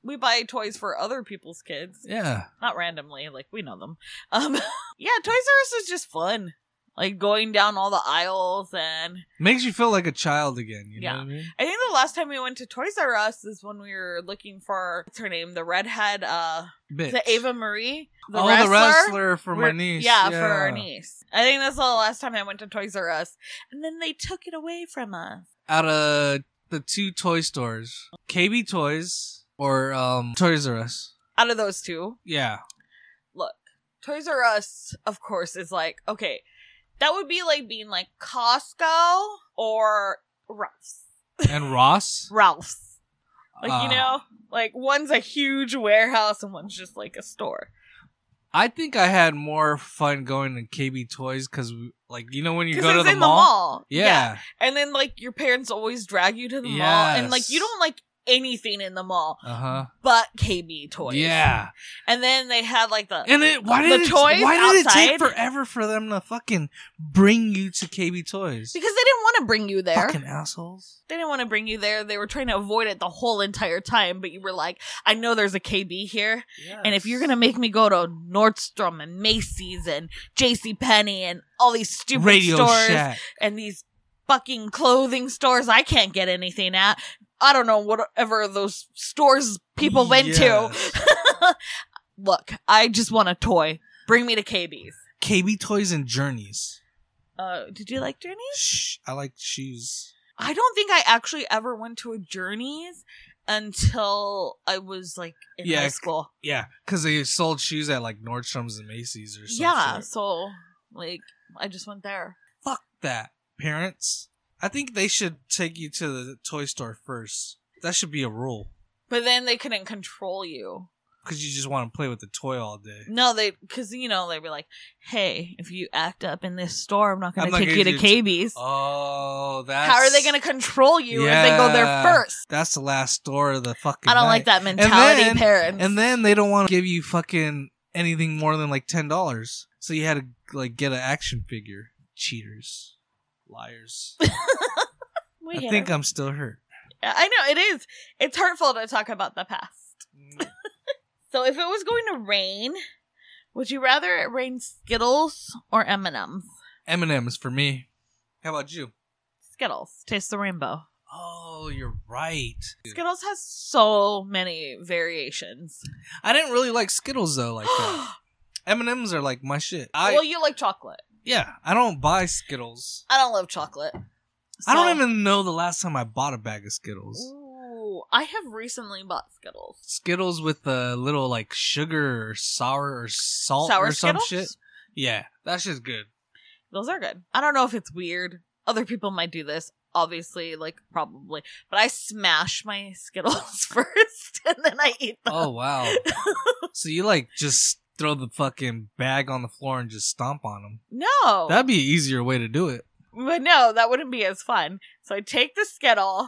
Speaker 2: We buy toys for other people's kids.
Speaker 1: Yeah.
Speaker 2: not randomly like we know them um yeah toys r us is just fun like going down all the aisles and
Speaker 1: Makes you feel like a child again, you know
Speaker 2: Yeah.
Speaker 1: what I mean?
Speaker 2: i think the last time we went to toys r us is when we were looking for what's her name the redhead uh
Speaker 1: Bitch.
Speaker 2: the ava marie the
Speaker 1: oh,
Speaker 2: wrestler,
Speaker 1: the wrestler for my
Speaker 2: We're-
Speaker 1: niece.
Speaker 2: yeah, for our niece i think that's the last time i went to toys r us and then they took it away from us
Speaker 1: Out of the two toy stores, KB Toys or um, Toys R Us.
Speaker 2: out of those two
Speaker 1: Yeah.
Speaker 2: toys r us of course is like okay that would be like being like costco or ralph's
Speaker 1: And Ross.
Speaker 2: ralph's Like,
Speaker 1: Uh,
Speaker 2: you know, like one's a huge warehouse and one's just like a store.
Speaker 1: I think I had more fun going to KB Toys because, like, you know, when you
Speaker 2: Because
Speaker 1: go to
Speaker 2: it's
Speaker 1: the
Speaker 2: in
Speaker 1: mall?
Speaker 2: the mall.
Speaker 1: Yeah.
Speaker 2: And then like your parents always drag you to the mall and like you
Speaker 1: Yes.
Speaker 2: don't like anything in the mall
Speaker 1: Uh huh.
Speaker 2: but KB toys.
Speaker 1: Yeah.
Speaker 2: And then they had like the
Speaker 1: And it, why did
Speaker 2: the
Speaker 1: it,
Speaker 2: toys
Speaker 1: why did
Speaker 2: outside
Speaker 1: it take forever for them to fucking bring you to KB Toys?
Speaker 2: because they didn't want to bring you there.
Speaker 1: Fucking assholes.
Speaker 2: They didn't want to bring you there. They were trying to avoid it the whole entire time, but you were like, I know there's a KB here. And if you're
Speaker 1: Yes.
Speaker 2: going to make me go to Nordstrom and Macy's and JCPenney and all these stupid
Speaker 1: Radio
Speaker 2: stores
Speaker 1: Shack.
Speaker 2: and these fucking clothing stores I can't get anything at. I don't know whatever those stores people went
Speaker 1: Yes.
Speaker 2: to. Look, I just want a toy. Bring me to KB's.
Speaker 1: KB Toys and Journeys.
Speaker 2: Uh, did you like Journeys?
Speaker 1: Shh, I like shoes.
Speaker 2: I don't think I actually ever went to a Journeys until I was like in
Speaker 1: Yeah,
Speaker 2: high
Speaker 1: c-
Speaker 2: school.
Speaker 1: Yeah, because they sold shoes at like Nordstrom's and Macy's or something.
Speaker 2: Yeah, so like I just went there.
Speaker 1: Fuck that, parents. I think they should take you to the toy store first. That should be a rule.
Speaker 2: But then they couldn't control you.
Speaker 1: Because you just want to play with the toy all day.
Speaker 2: No, they because you know they'd be like, "Hey, if you act up in this store, I'm not going
Speaker 1: I'm
Speaker 2: to
Speaker 1: not
Speaker 2: take
Speaker 1: gonna
Speaker 2: you to
Speaker 1: do it."
Speaker 2: KB's."
Speaker 1: Oh, that's.
Speaker 2: How are they going to control you if they go there
Speaker 1: Yeah.
Speaker 2: first?
Speaker 1: That's the last store of the fucking.
Speaker 2: I don't like
Speaker 1: night.
Speaker 2: that mentality,
Speaker 1: then-
Speaker 2: parents.
Speaker 1: And then they don't want to give you fucking anything more than like ten dollars. So you had to like get an action figure. Cheaters, liars.
Speaker 2: we
Speaker 1: I
Speaker 2: get
Speaker 1: think
Speaker 2: it.
Speaker 1: I'm still hurt.
Speaker 2: I know it is. It's hurtful to talk about the past. So if it was going to rain, would you rather it rain Skittles or M and M's?
Speaker 1: M&M's for me. How about you?
Speaker 2: Skittles taste the rainbow.
Speaker 1: Oh, you're right.
Speaker 2: Skittles has so many variations.
Speaker 1: I didn't really like Skittles though like that. M&M's are like my shit. I
Speaker 2: well, you like chocolate.
Speaker 1: yeah, I don't buy Skittles.
Speaker 2: I don't love chocolate.
Speaker 1: I
Speaker 2: So-
Speaker 1: don't even know the last time I bought a bag of Skittles.
Speaker 2: Ooh, I have recently bought Skittles.
Speaker 1: Skittles with a little like sugar or sour or salt
Speaker 2: Sour
Speaker 1: or some
Speaker 2: Skittles?
Speaker 1: shit. Yeah, that's just good.
Speaker 2: Those are good. I don't know if it's weird. Other people might do this, obviously, like probably. But I smash my Skittles first and then I eat them.
Speaker 1: Oh wow. so you like just throw the fucking bag on the floor and just stomp on them.
Speaker 2: No.
Speaker 1: That'd be an easier way to do it.
Speaker 2: but no, that wouldn't be as fun. So I take the Skittle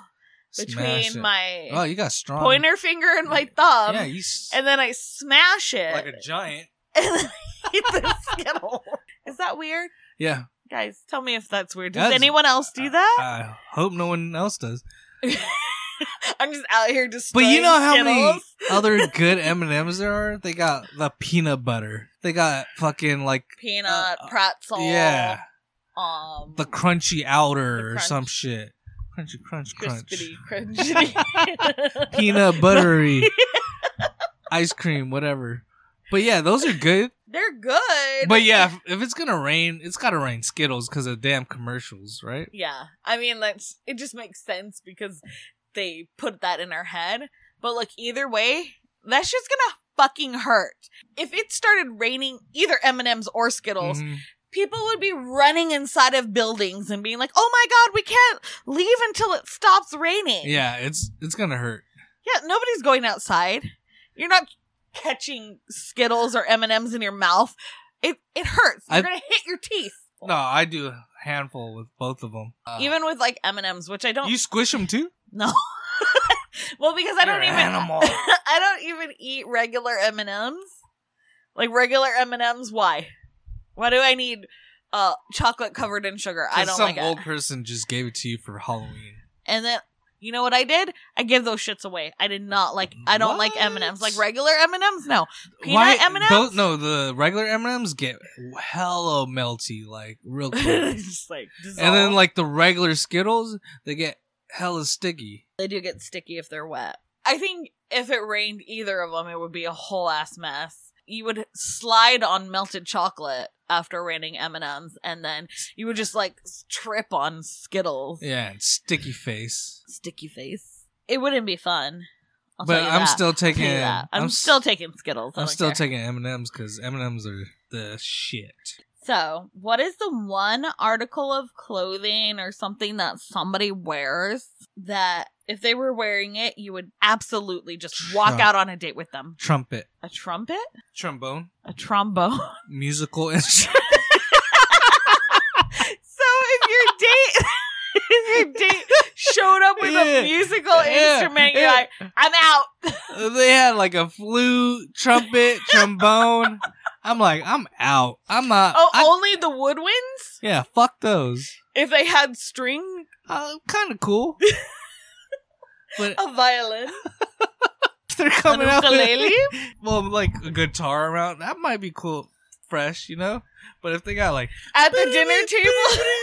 Speaker 1: Smash
Speaker 2: between
Speaker 1: it.
Speaker 2: my
Speaker 1: Oh, you got strong.
Speaker 2: pointer finger and my thumb.
Speaker 1: yeah, you s-
Speaker 2: And then I smash it.
Speaker 1: like a giant.
Speaker 2: and then I eat the Skittle. Is that weird?
Speaker 1: Yeah.
Speaker 2: Guys, tell me if that's weird. Does
Speaker 1: That's-
Speaker 2: anyone else do that?
Speaker 1: I hope no one else does.
Speaker 2: I'm just out here
Speaker 1: But
Speaker 2: destroying
Speaker 1: you know how many
Speaker 2: Skittles.
Speaker 1: other good M and M's there are? They got the peanut butter. They got fucking like
Speaker 2: peanut
Speaker 1: Uh, uh,
Speaker 2: pretzel.
Speaker 1: yeah,
Speaker 2: Um,
Speaker 1: the crunchy outer
Speaker 2: The
Speaker 1: or some
Speaker 2: crunch.
Speaker 1: shit. Crunchy crunch crunch.
Speaker 2: crispity, crunchy.
Speaker 1: Peanut buttery. ice cream, whatever. But yeah, those are good.
Speaker 2: They're good.
Speaker 1: But yeah, if, if it's gonna rain, it's gotta rain Skittles because of damn commercials, right?
Speaker 2: Yeah. I mean, that's it just makes sense because they put that in our head. But like either way, that shit's gonna fucking hurt. If it started raining either M&Ms or Skittles,
Speaker 1: Mhm.
Speaker 2: people would be running inside of buildings and being like, "Oh my god, we can't leave until it stops raining."
Speaker 1: Yeah, it's it's gonna hurt.
Speaker 2: Yeah, nobody's going outside. You're not catching Skittles or M&Ms in your mouth. It it hurts. You're
Speaker 1: I-
Speaker 2: going to hit your teeth.
Speaker 1: No, I do a handful with both of them. Uh,
Speaker 2: Even with like M&Ms, which I don't
Speaker 1: you squish them too?
Speaker 2: No. well, because I don't
Speaker 1: You're
Speaker 2: even
Speaker 1: an animal.
Speaker 2: I don't even eat regular M&Ms. Like regular M&Ms, why? Why do I need uh chocolate covered in sugar? I
Speaker 1: 'Cause
Speaker 2: don't
Speaker 1: Some
Speaker 2: like it.
Speaker 1: old person just gave it to you for Halloween.
Speaker 2: And then you know what I did? I give those shits away. I did not like I don't like
Speaker 1: What?
Speaker 2: M&Ms. Like regular M&Ms? No. Peanut M&Ms?
Speaker 1: those- No, the regular M and M's get hella melty, like real quick.
Speaker 2: just like
Speaker 1: and
Speaker 2: dissolve.
Speaker 1: then like the regular Skittles, they get hella sticky.
Speaker 2: They do get sticky if they're wet. I think if it rained either of them, it would be a whole ass mess. You would slide on melted chocolate after raining M and M's, and then you would just like s- trip on Skittles.
Speaker 1: Yeah, and sticky face.
Speaker 2: Sticky face. It wouldn't be fun. I'll
Speaker 1: but
Speaker 2: tell you
Speaker 1: I'm
Speaker 2: that.
Speaker 1: still
Speaker 2: I'll tell
Speaker 1: taking.
Speaker 2: you that. I'm,
Speaker 1: s-
Speaker 2: still taking Skittles. I
Speaker 1: I'm
Speaker 2: don't
Speaker 1: still
Speaker 2: care.
Speaker 1: taking M and M's because M and M's are the shit.
Speaker 2: So, what is the one article of clothing or something that somebody wears that if they were wearing it, you would absolutely just walk
Speaker 1: Trump.
Speaker 2: out on a date with them?
Speaker 1: Trumpet,
Speaker 2: A trumpet?
Speaker 1: trombone,
Speaker 2: A trombone?
Speaker 1: musical instrument.
Speaker 2: so, if your date. If your date showed up with
Speaker 1: Yeah.
Speaker 2: a musical
Speaker 1: Yeah.
Speaker 2: instrument, you're
Speaker 1: Yeah.
Speaker 2: like, I'm out.
Speaker 1: they had like a flute, trumpet, trombone. I'm like, I'm out. I'm not.
Speaker 2: Oh,
Speaker 1: I-
Speaker 2: only the woodwinds?
Speaker 1: yeah, fuck those.
Speaker 2: If they had string,
Speaker 1: Uh, kind of cool. but
Speaker 2: a violin,
Speaker 1: they're
Speaker 2: an
Speaker 1: coming out.
Speaker 2: ukulele.
Speaker 1: well, like a guitar around that might be cool, fresh, you know. But if they got like
Speaker 2: At the dinner table.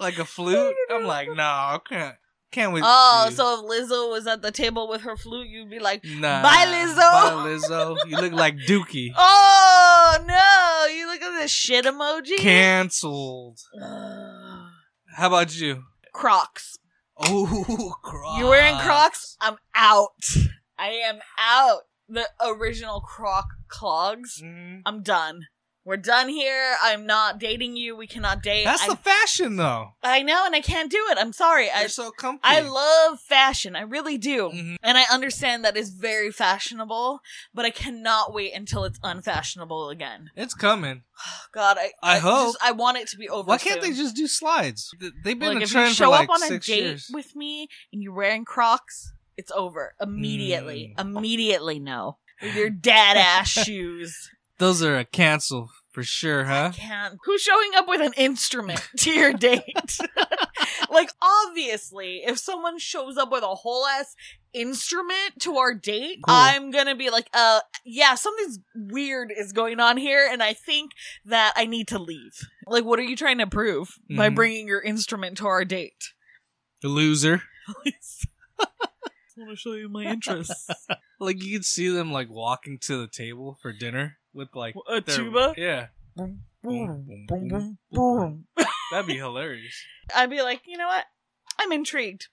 Speaker 1: like a flute, I'm like, no, nah, I can't. Can't wait.
Speaker 2: Oh, so if Lizzo was at the table with her flute, you'd be like,
Speaker 1: nah,
Speaker 2: bye, Lizzo.
Speaker 1: Bye, Lizzo. You look like Dookie.
Speaker 2: "Oh no, you look at this shit emoji."
Speaker 1: Cancelled.
Speaker 2: Ugh.
Speaker 1: How about you?
Speaker 2: Crocs.
Speaker 1: Oh, Crocs.
Speaker 2: You're wearing Crocs. I'm out. I am out. The original Croc clogs.
Speaker 1: Mhm.
Speaker 2: I'm done. We're done here. I'm not dating you. We cannot date.
Speaker 1: That's
Speaker 2: I,
Speaker 1: the fashion, though.
Speaker 2: I know, and I can't do it. I'm sorry. I
Speaker 1: They're so comfy.
Speaker 2: I love fashion. I really do.
Speaker 1: Mhm.
Speaker 2: And I understand that is very fashionable, but I cannot wait until it's unfashionable again.
Speaker 1: It's coming.
Speaker 2: God, I
Speaker 1: I hope.
Speaker 2: just, I want it to be over.
Speaker 1: Why can't
Speaker 2: soon.
Speaker 1: they just do slides? Th- They've been
Speaker 2: like
Speaker 1: in
Speaker 2: if you
Speaker 1: trend
Speaker 2: show
Speaker 1: for like
Speaker 2: up on a
Speaker 1: six
Speaker 2: date
Speaker 1: years.
Speaker 2: with me and you're wearing Crocs, it's over immediately.
Speaker 1: Hmm.
Speaker 2: Immediately, no. With your dad ass shoes.
Speaker 1: Those are a cancel for sure, huh?
Speaker 2: Can't. Who's showing up with an instrument to your date? like, obviously, if someone shows up with a whole ass instrument to our date,
Speaker 1: Cool.
Speaker 2: I'm gonna be like, uh, yeah, something's weird is going on here, and I think that I need to leave. Like, what are you trying to prove by
Speaker 1: Mhm.
Speaker 2: bringing your instrument to our date?
Speaker 1: The loser.
Speaker 2: I want to show you my interests.
Speaker 1: Like you could see them like walking to the table for dinner with like
Speaker 2: A
Speaker 1: their-
Speaker 2: tuba?
Speaker 1: Yeah,
Speaker 2: I'd
Speaker 1: that'd be hilarious.
Speaker 2: be like, you know what? I'm intrigued.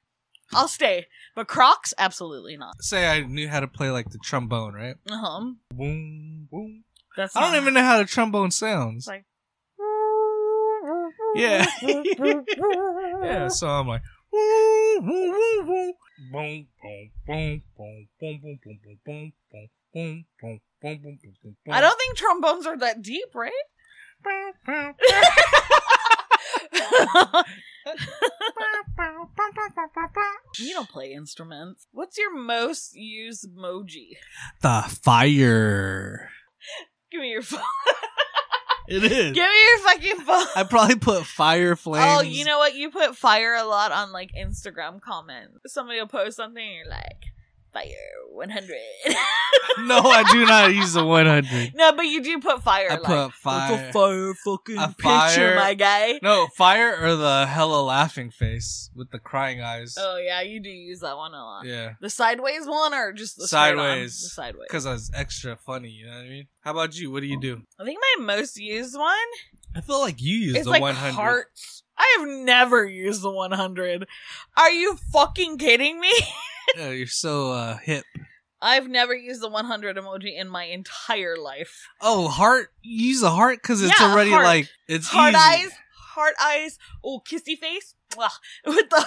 Speaker 2: I'll stay. But Crocs? Absolutely not.
Speaker 1: Say I knew how to play like the trombone, right?
Speaker 2: Uh-huh.
Speaker 1: Boom, boom.
Speaker 2: That's
Speaker 1: I don't
Speaker 2: not-
Speaker 1: even know how the trombone sounds.
Speaker 2: Like-
Speaker 1: Yeah.
Speaker 2: "Ah."
Speaker 1: yeah, so I'm like. "Woo, woo, woo, woo." Boom, boom, boom, boom, boom, boom, boom, boom, boom, boom, boom, boom, boom, boom, boom, boom, boom.
Speaker 2: I don't think trombones are that deep, right?
Speaker 1: Bow, bow, bow, bow, bow, bow, bow, bow.
Speaker 2: you don't play instruments. What's your most used emoji?
Speaker 1: The fire.
Speaker 2: Give me your phone.
Speaker 1: It
Speaker 2: Give
Speaker 1: is.
Speaker 2: me your fucking phone.
Speaker 1: I probably put fire flames.
Speaker 2: Oh, you know what? You put fire a lot on like Instagram comments. Somebody will post something and you're like, fire 100.
Speaker 1: No, I do not use the 100.
Speaker 2: no, but you do put fire.
Speaker 1: I
Speaker 2: like,
Speaker 1: put
Speaker 2: "That's
Speaker 1: fire.
Speaker 2: a fire fucking
Speaker 1: A
Speaker 2: picture,
Speaker 1: fire-
Speaker 2: my guy.
Speaker 1: No, fire or the hella laughing face with the crying eyes.
Speaker 2: Oh, yeah, you do use that one a lot.
Speaker 1: Yeah.
Speaker 2: The sideways one or just the straight on?
Speaker 1: Sideways.
Speaker 2: The sideways.
Speaker 1: Because I was extra funny, you know what I mean? How about you? What do you do?
Speaker 2: I think my most used one
Speaker 1: I feel like you use
Speaker 2: is
Speaker 1: the
Speaker 2: like
Speaker 1: 100.
Speaker 2: hearts. I have never used the 100. Are you fucking kidding me?
Speaker 1: Yeah, you're so uh, hip.
Speaker 2: I've never used the 100 emoji in my entire life.
Speaker 1: Oh, heart. You use a heart because it's
Speaker 2: Yeah,
Speaker 1: already
Speaker 2: heart.
Speaker 1: like it's
Speaker 2: Heart
Speaker 1: easy.
Speaker 2: eyes, heart eyes, oh kissy face, Mwah. with the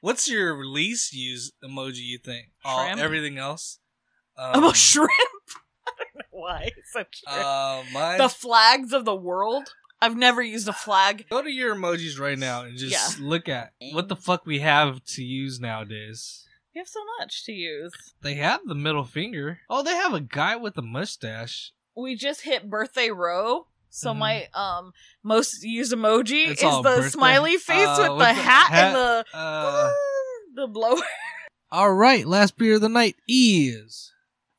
Speaker 1: What's your least used emoji? You think? Oh,
Speaker 2: Shrimp.
Speaker 1: everything else.
Speaker 2: I'm a shrimp. I don't know why it's so shrimp.
Speaker 1: Um, Uh, mine.
Speaker 2: the flags of the world. I've never used a flag.
Speaker 1: Go to your emojis right now and just look at what the fuck we have to use nowadays.
Speaker 2: We have so much to use.
Speaker 1: They have the middle finger. Oh, they have a guy with a mustache.
Speaker 2: We just hit birthday row. So
Speaker 1: Mhm.
Speaker 2: my um most used emoji
Speaker 1: It's
Speaker 2: is the
Speaker 1: all birthday.
Speaker 2: smiley face
Speaker 1: Uh,
Speaker 2: with,
Speaker 1: with
Speaker 2: the,
Speaker 1: the
Speaker 2: hat,
Speaker 1: hat.
Speaker 2: and the
Speaker 1: Uh,
Speaker 2: the blower
Speaker 1: all right. Last beer of the night is.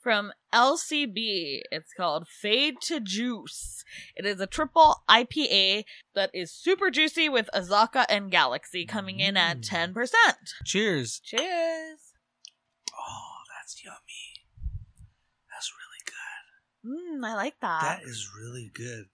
Speaker 2: from LCB. It's called Fade to Juice. It is a triple IPA that is super juicy with Azaka and Galaxy coming in at
Speaker 1: Mm.
Speaker 2: 10%.
Speaker 1: Cheers.
Speaker 2: Cheers.
Speaker 1: Oh, that's yummy. That's really good.
Speaker 2: Mm, I like that.
Speaker 1: is really good.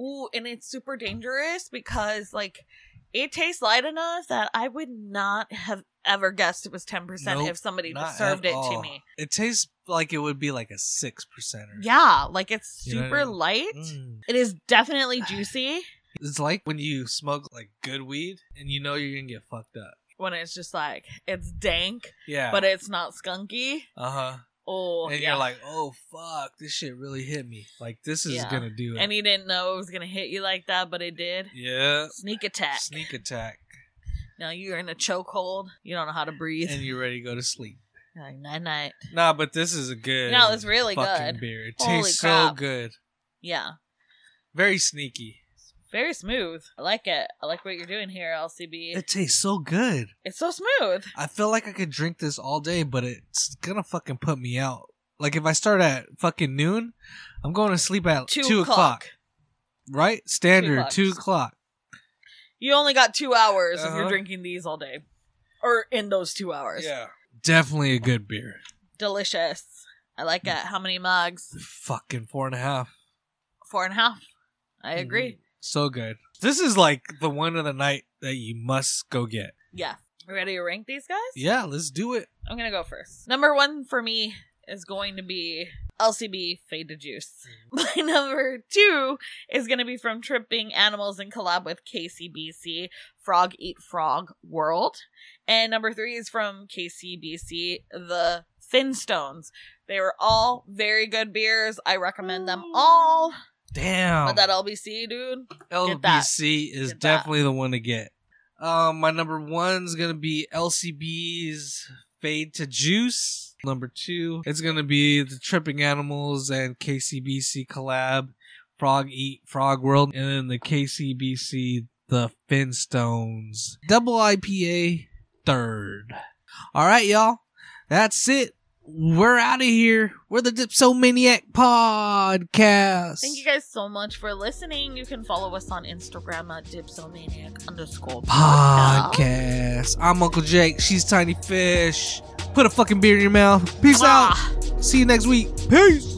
Speaker 2: Ooh, and it's super dangerous because like it tastes light enough that I would not have ever guessed it was 10%
Speaker 1: Nope,
Speaker 2: if somebody
Speaker 1: not
Speaker 2: served
Speaker 1: at
Speaker 2: it to
Speaker 1: all.
Speaker 2: me.
Speaker 1: It tastes like it would be like a six percenter.
Speaker 2: Yeah, like it's
Speaker 1: You know what I
Speaker 2: super
Speaker 1: mean?
Speaker 2: light.
Speaker 1: Mm.
Speaker 2: It is definitely juicy
Speaker 1: It's like when you smoke like good weed and you know you're gonna get fucked up.
Speaker 2: when it's just like it's dank,
Speaker 1: Yeah.
Speaker 2: but it's not skunky.
Speaker 1: uh huh.
Speaker 2: Oh,
Speaker 1: and
Speaker 2: yeah.
Speaker 1: you're like, oh fuck, this shit really hit me. Like this is
Speaker 2: Yeah.
Speaker 1: gonna do it.
Speaker 2: and you didn't know it was gonna hit you like that, but it did.
Speaker 1: yeah.
Speaker 2: Sneak attack.
Speaker 1: Sneak attack.
Speaker 2: Now you're in a chokehold. You don't know how to breathe.
Speaker 1: And you're ready to go to sleep.
Speaker 2: You're like night night.
Speaker 1: Nah, but this is a good.
Speaker 2: No, it's really
Speaker 1: fucking
Speaker 2: good.
Speaker 1: beer. It
Speaker 2: Holy
Speaker 1: tastes so
Speaker 2: crap.
Speaker 1: good.
Speaker 2: Yeah.
Speaker 1: Very sneaky.
Speaker 2: Very smooth. I like it. I like what you're doing here, LCB.
Speaker 1: It tastes so good.
Speaker 2: It's so smooth.
Speaker 1: I feel like I could drink this all day, but it's gonna fucking put me out. Like if I start at fucking noon, I'm going to sleep at two, o'clock. Right? Standard
Speaker 2: o'clock.
Speaker 1: two o'clock.
Speaker 2: You only got two hours if
Speaker 1: Uh-huh.
Speaker 2: you're drinking these all day, or in those two hours.
Speaker 1: Definitely a good beer.
Speaker 2: Delicious. I like it. How many mugs?
Speaker 1: Fucking four and a half.
Speaker 2: Four and a half. I agree.
Speaker 1: Mhm. So good. This is like the one of the night that you must go get.
Speaker 2: Yeah. Ready to rank these guys?
Speaker 1: Yeah, let's do it.
Speaker 2: I'm gonna go first. Number one for me is going to be LCB Fade to Juice. My number two is gonna be from Tripping Animals in collab with KCBC Frog Eat Frog World, and number three is from KCBC The Finstones. They were all very good beers. I recommend them all.
Speaker 1: Damn.
Speaker 2: But that LBC, dude, Get that.
Speaker 1: LBC is
Speaker 2: Get that.
Speaker 1: definitely the one to get. Um, my number one's gonna be LCB's Fade to Juice. Number two, it's gonna be the Tripping Animals and KCBC collab, Frog Eat Frog World, and then the KCBC The Finstones Double IPA third. All right, y'all, that's it. We're out of here. We're the Dipsomaniac Podcast.
Speaker 2: thank you guys so much for listening. You can follow us on Instagram at dipsomaniac underscore
Speaker 1: podcast. I'm Uncle Jake. She's Tiny Fish. Put a fucking beer in your mouth. Peace
Speaker 2: Ah.
Speaker 1: out. See you next week. Peace.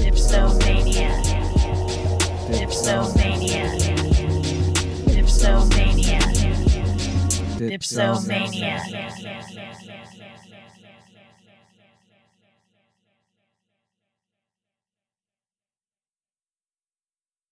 Speaker 3: Dipsomania. Dipsomania. Dipsomania. Dipsomania.